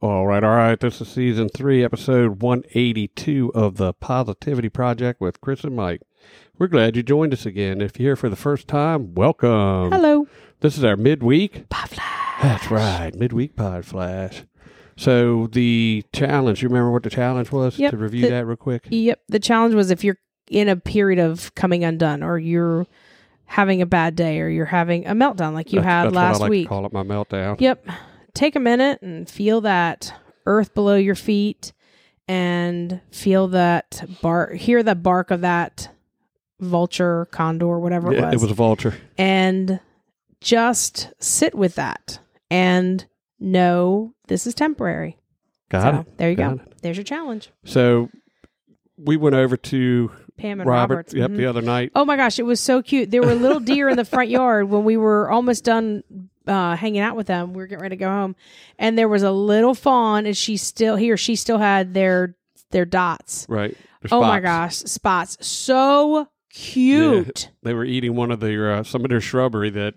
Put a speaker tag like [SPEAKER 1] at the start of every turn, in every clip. [SPEAKER 1] All right, all right. This is season three, episode 182 of the Positivity Project with Chris and Mike. We're glad you joined us again. If you're here for the first time, welcome.
[SPEAKER 2] Hello.
[SPEAKER 1] This is our midweek pod flash. That's right, midweek pod flash. So the challenge. You remember what the challenge was?
[SPEAKER 2] Yep,
[SPEAKER 1] to review
[SPEAKER 2] the-
[SPEAKER 1] that real quick.
[SPEAKER 2] Yep. The challenge was if you're in a period of coming undone or you're having a bad day or you're having a meltdown like you
[SPEAKER 1] That's-
[SPEAKER 2] had
[SPEAKER 1] that's
[SPEAKER 2] last
[SPEAKER 1] what I like
[SPEAKER 2] week.
[SPEAKER 1] To call it my meltdown.
[SPEAKER 2] Yep. Take a minute and feel that earth below your feet and feel that bark, hear the bark of that vulture, condor, whatever
[SPEAKER 1] Yeah,
[SPEAKER 2] it was.
[SPEAKER 1] a vulture.
[SPEAKER 2] And just sit with that and know this is temporary.
[SPEAKER 1] Got
[SPEAKER 2] so
[SPEAKER 1] it.
[SPEAKER 2] there you go.
[SPEAKER 1] Got
[SPEAKER 2] There's your challenge.
[SPEAKER 1] So we went over to
[SPEAKER 2] Pam and
[SPEAKER 1] Robert.
[SPEAKER 2] Roberts.
[SPEAKER 1] Yep,
[SPEAKER 2] Mhm.
[SPEAKER 1] the other night.
[SPEAKER 2] Oh my gosh, it was so cute. There were little deer in the front yard when we were almost done uh, hanging out with them. We were getting ready to go home, and there was a little fawn, and she still here. She still had their their dots.
[SPEAKER 1] Right. the
[SPEAKER 2] Oh my
[SPEAKER 1] spots.
[SPEAKER 2] gosh, spots! So cute.
[SPEAKER 1] They were eating one of their uh, some of their shrubbery that.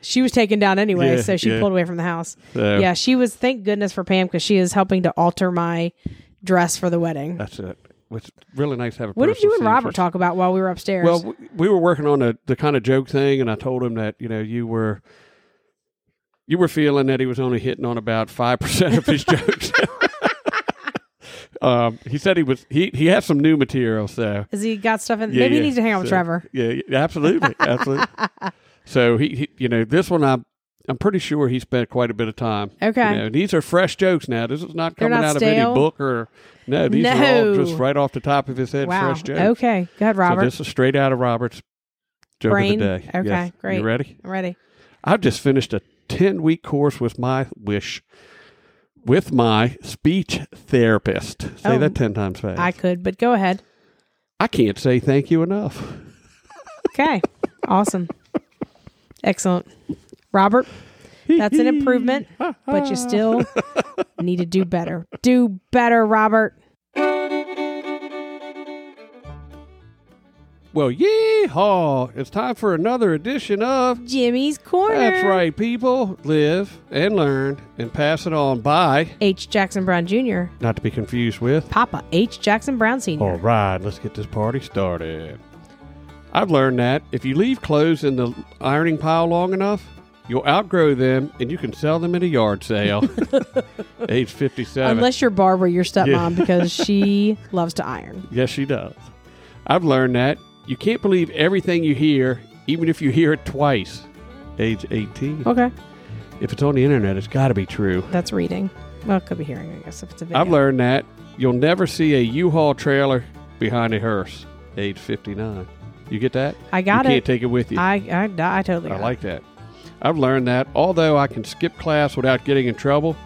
[SPEAKER 2] She was taken down anyway,
[SPEAKER 1] Yeah,
[SPEAKER 2] so she
[SPEAKER 1] yeah.
[SPEAKER 2] pulled away from the house.
[SPEAKER 1] So
[SPEAKER 2] Yeah, she was. Thank goodness for Pam because she is helping to alter my dress for the wedding.
[SPEAKER 1] That's it. It's really nice to have a.
[SPEAKER 2] What did
[SPEAKER 1] person
[SPEAKER 2] you and
[SPEAKER 1] see
[SPEAKER 2] Robert
[SPEAKER 1] first.
[SPEAKER 2] talk about while we were upstairs?
[SPEAKER 1] Well, w- we were working on the the kind of joke thing, and I told him that you know you were you were feeling that he was only hitting on about five percent of his jokes. um, he said he was he he has some new material, so
[SPEAKER 2] Has he got stuff in?
[SPEAKER 1] Yeah,
[SPEAKER 2] maybe
[SPEAKER 1] yeah.
[SPEAKER 2] he needs to hang out with
[SPEAKER 1] So-
[SPEAKER 2] Trevor.
[SPEAKER 1] yeah, yeah, absolutely, absolutely. So he, he you know this one I. I'm pretty sure he spent quite a bit of time.
[SPEAKER 2] Okay.
[SPEAKER 1] You know, these are fresh jokes now. This is not
[SPEAKER 2] They're
[SPEAKER 1] coming
[SPEAKER 2] not
[SPEAKER 1] out of
[SPEAKER 2] stale?
[SPEAKER 1] any book or no. These are all
[SPEAKER 2] No.
[SPEAKER 1] just right off the top of his head.
[SPEAKER 2] Wow.
[SPEAKER 1] Fresh jokes.
[SPEAKER 2] Okay. Go ahead, Robert.
[SPEAKER 1] So this is straight out of Robert's joke
[SPEAKER 2] Brain?
[SPEAKER 1] of the day.
[SPEAKER 2] Okay,
[SPEAKER 1] Yes.
[SPEAKER 2] great.
[SPEAKER 1] You ready?
[SPEAKER 2] I'm ready.
[SPEAKER 1] I've just finished a ten week course with my wish with my speech therapist. Say
[SPEAKER 2] Oh,
[SPEAKER 1] that ten times fast.
[SPEAKER 2] I
[SPEAKER 1] I,
[SPEAKER 2] could, but go ahead.
[SPEAKER 1] can't say thank you enough.
[SPEAKER 2] Okay. awesome. Excellent. Robert, that's an improvement, but you still need to do better. Do better, Robert.
[SPEAKER 1] Well, yeehaw! It's time for another edition of
[SPEAKER 2] Jimmy's Corner.
[SPEAKER 1] That's right, people. Live and learn and pass it on by.
[SPEAKER 2] H. Jackson Brown Jr.,
[SPEAKER 1] Not to be confused with
[SPEAKER 2] Papa H. Jackson Brown Sr.
[SPEAKER 1] All right, let's get this party started. I've learned that if you leave clothes in the ironing pile long enough, you'll outgrow them and you can sell them at a yard sale. Age 57.
[SPEAKER 2] Unless you're Barbara, your stepmom,
[SPEAKER 1] Yeah.
[SPEAKER 2] because she loves to iron.
[SPEAKER 1] yes, she does. I've learned that you can't believe everything you hear, even if you hear it twice. Age 18.
[SPEAKER 2] Okay.
[SPEAKER 1] If it's on the internet, it's got to be true.
[SPEAKER 2] That's reading. Well, it could be hearing, I guess, if it's a video.
[SPEAKER 1] I've learned that you'll never see a U-Haul trailer behind a hearse. Age 59. You get that?
[SPEAKER 2] I got
[SPEAKER 1] you
[SPEAKER 2] it.
[SPEAKER 1] can't take it with you.
[SPEAKER 2] I, I, I totally
[SPEAKER 1] I
[SPEAKER 2] got it.
[SPEAKER 1] like that. I've learned that although I can skip class without getting in trouble,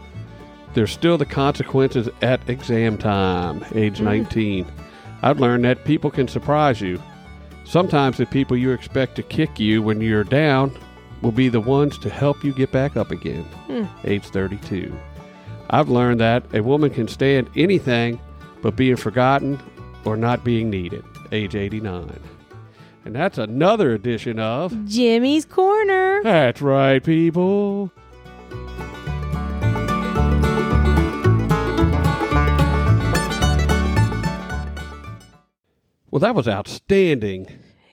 [SPEAKER 1] there's still the consequences at exam time, age 19. I've learned that people can surprise you. Sometimes the people you expect to kick you when you're down will be the ones to help you get back up again, age 32. I've learned that a woman can stand anything but being forgotten or not being needed, age 89. And that's another edition of.
[SPEAKER 2] Jimmy's Corner.
[SPEAKER 1] That's right, people. Well, that was outstanding.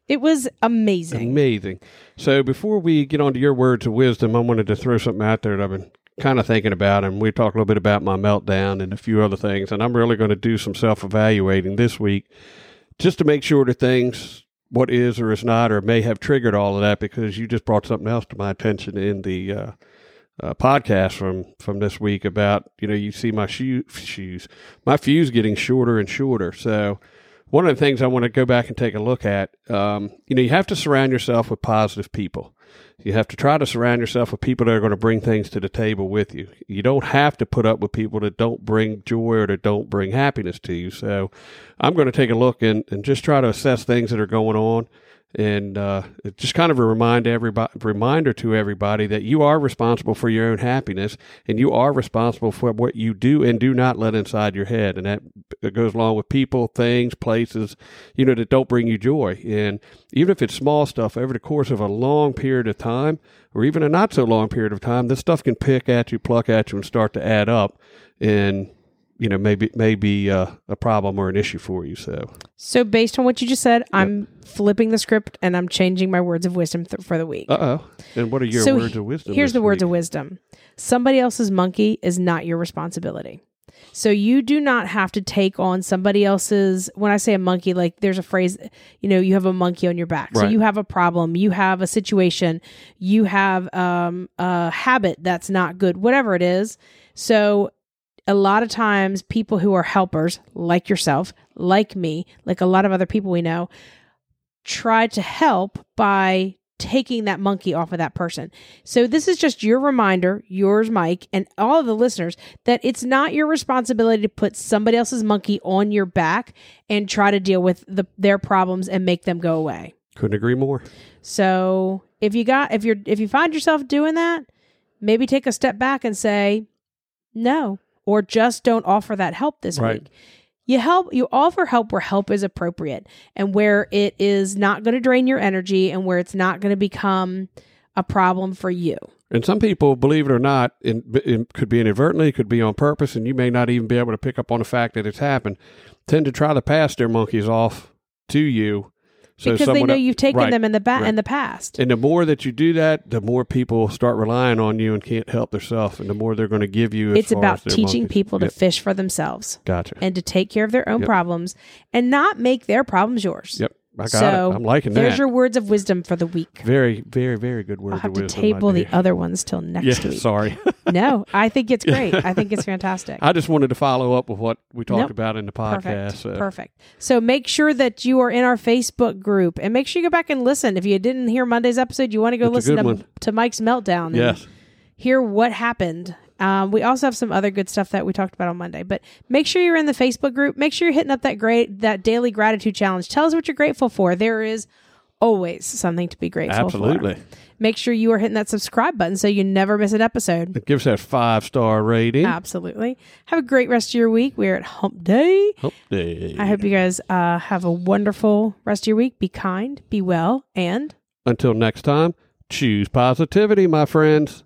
[SPEAKER 2] It was amazing.
[SPEAKER 1] Amazing. So, before we get on to your words of wisdom, I wanted to throw something out there that I've been kind of thinking about. And we talked a little bit about my meltdown and a few other things. And I'm really going to do some self evaluating this week just to make sure that things, what is or is not, or may have triggered all of that, because you just brought something else to my attention in the. Uh, uh, podcast from from this week about you know you see my shoe, shoes my fuse getting shorter and shorter so one of the things I want to go back and take a look at, um, you know, you have to surround yourself with positive people. You have to try to surround yourself with people that are going to bring things to the table with you. You don't have to put up with people that don't bring joy or that don't bring happiness to you. So I'm going to take a look and, and just try to assess things that are going on. And uh, it just kind of a remind everybody, reminder to everybody that you are responsible for your own happiness and you are responsible for what you do and do not let inside your head. And that it goes along with people, things, places, you know, that don't bring you joy. And even if it's small stuff over the course of a long period of time, or even a not so long period of time, this stuff can pick at you, pluck at you, and start to add up. And you know, maybe maybe uh, a problem or an issue for you. So
[SPEAKER 2] So based on what you just said, I'm flipping the script and I'm changing my words of wisdom th- for the week.
[SPEAKER 1] Uh oh. And what are your
[SPEAKER 2] So
[SPEAKER 1] words
[SPEAKER 2] he-
[SPEAKER 1] of wisdom?
[SPEAKER 2] Here's
[SPEAKER 1] this
[SPEAKER 2] the words
[SPEAKER 1] week?
[SPEAKER 2] of wisdom. Somebody else's monkey is not your responsibility. So you do not have to take on somebody else's when I say a monkey like there's a phrase you know you have a monkey on your back. So
[SPEAKER 1] Right.
[SPEAKER 2] you have a problem, you have a situation, you have um a habit that's not good, whatever it is. So a lot of times people who are helpers like yourself, like me, like a lot of other people we know try to help by taking that monkey off of that person. So this is just your reminder, yours Mike and all of the listeners that it's not your responsibility to put somebody else's monkey on your back and try to deal with the, their problems and make them go away.
[SPEAKER 1] Couldn't agree more.
[SPEAKER 2] So if you got if you're if you find yourself doing that, maybe take a step back and say no, or just don't offer that help this
[SPEAKER 1] Right.
[SPEAKER 2] week. You help you offer help where help is appropriate and where it is not going to drain your energy and where it's not going to become a problem for you.
[SPEAKER 1] And some people, believe it or not, in, in, could be inadvertently, could be on purpose, and you may not even be able to pick up on the fact that it's happened, tend to try to pass their monkeys off to you. So
[SPEAKER 2] because they
[SPEAKER 1] someone
[SPEAKER 2] know
[SPEAKER 1] el-
[SPEAKER 2] you've taken
[SPEAKER 1] Right.
[SPEAKER 2] them in the ba-
[SPEAKER 1] right.
[SPEAKER 2] in the past.
[SPEAKER 1] And the more that you do that, the more people start relying on you and can't help themselves, and the more they're going to give you. As
[SPEAKER 2] It's
[SPEAKER 1] far
[SPEAKER 2] about
[SPEAKER 1] as their
[SPEAKER 2] teaching
[SPEAKER 1] monkeys.
[SPEAKER 2] people to
[SPEAKER 1] Yep.
[SPEAKER 2] fish for themselves
[SPEAKER 1] Gotcha.
[SPEAKER 2] and to take care of their own problems and not make their problems yours.
[SPEAKER 1] Yep. I got
[SPEAKER 2] so
[SPEAKER 1] it. I'm liking
[SPEAKER 2] there's
[SPEAKER 1] that.
[SPEAKER 2] your words of wisdom for the week.
[SPEAKER 1] very, very, very good word.
[SPEAKER 2] I'll have
[SPEAKER 1] of
[SPEAKER 2] to
[SPEAKER 1] wisdom,
[SPEAKER 2] table
[SPEAKER 1] my
[SPEAKER 2] the
[SPEAKER 1] dear.
[SPEAKER 2] other ones till next
[SPEAKER 1] Yeah,
[SPEAKER 2] week.
[SPEAKER 1] sorry.
[SPEAKER 2] No, I think it's great. I think it's fantastic.
[SPEAKER 1] I just wanted to follow up with what we talked
[SPEAKER 2] Nope.
[SPEAKER 1] about in the podcast. uh,
[SPEAKER 2] Perfect.
[SPEAKER 1] so-
[SPEAKER 2] Perfect. So make sure that you are in our Facebook group and make sure you go back and listen. If you didn't hear Monday's episode, you want to go
[SPEAKER 1] It's a
[SPEAKER 2] listen
[SPEAKER 1] good
[SPEAKER 2] to,
[SPEAKER 1] one.
[SPEAKER 2] to Mike's meltdown. and
[SPEAKER 1] Yes.
[SPEAKER 2] hear what happened. Um, we also have some other good stuff that we talked about on Monday, but make sure you're in the Facebook group. Make sure you're hitting up that great that daily gratitude challenge. Tell us what you're grateful for. There is always something to be grateful for.
[SPEAKER 1] Absolutely.
[SPEAKER 2] Make sure you are hitting that subscribe button so you never miss an episode.
[SPEAKER 1] Give us that five star rating.
[SPEAKER 2] Absolutely. Have a great rest of your week. We're at Hump Day.
[SPEAKER 1] Hump day.
[SPEAKER 2] I hope you guys uh, have a wonderful rest of your week. Be kind, be well, and
[SPEAKER 1] Until next time, choose positivity, my friends.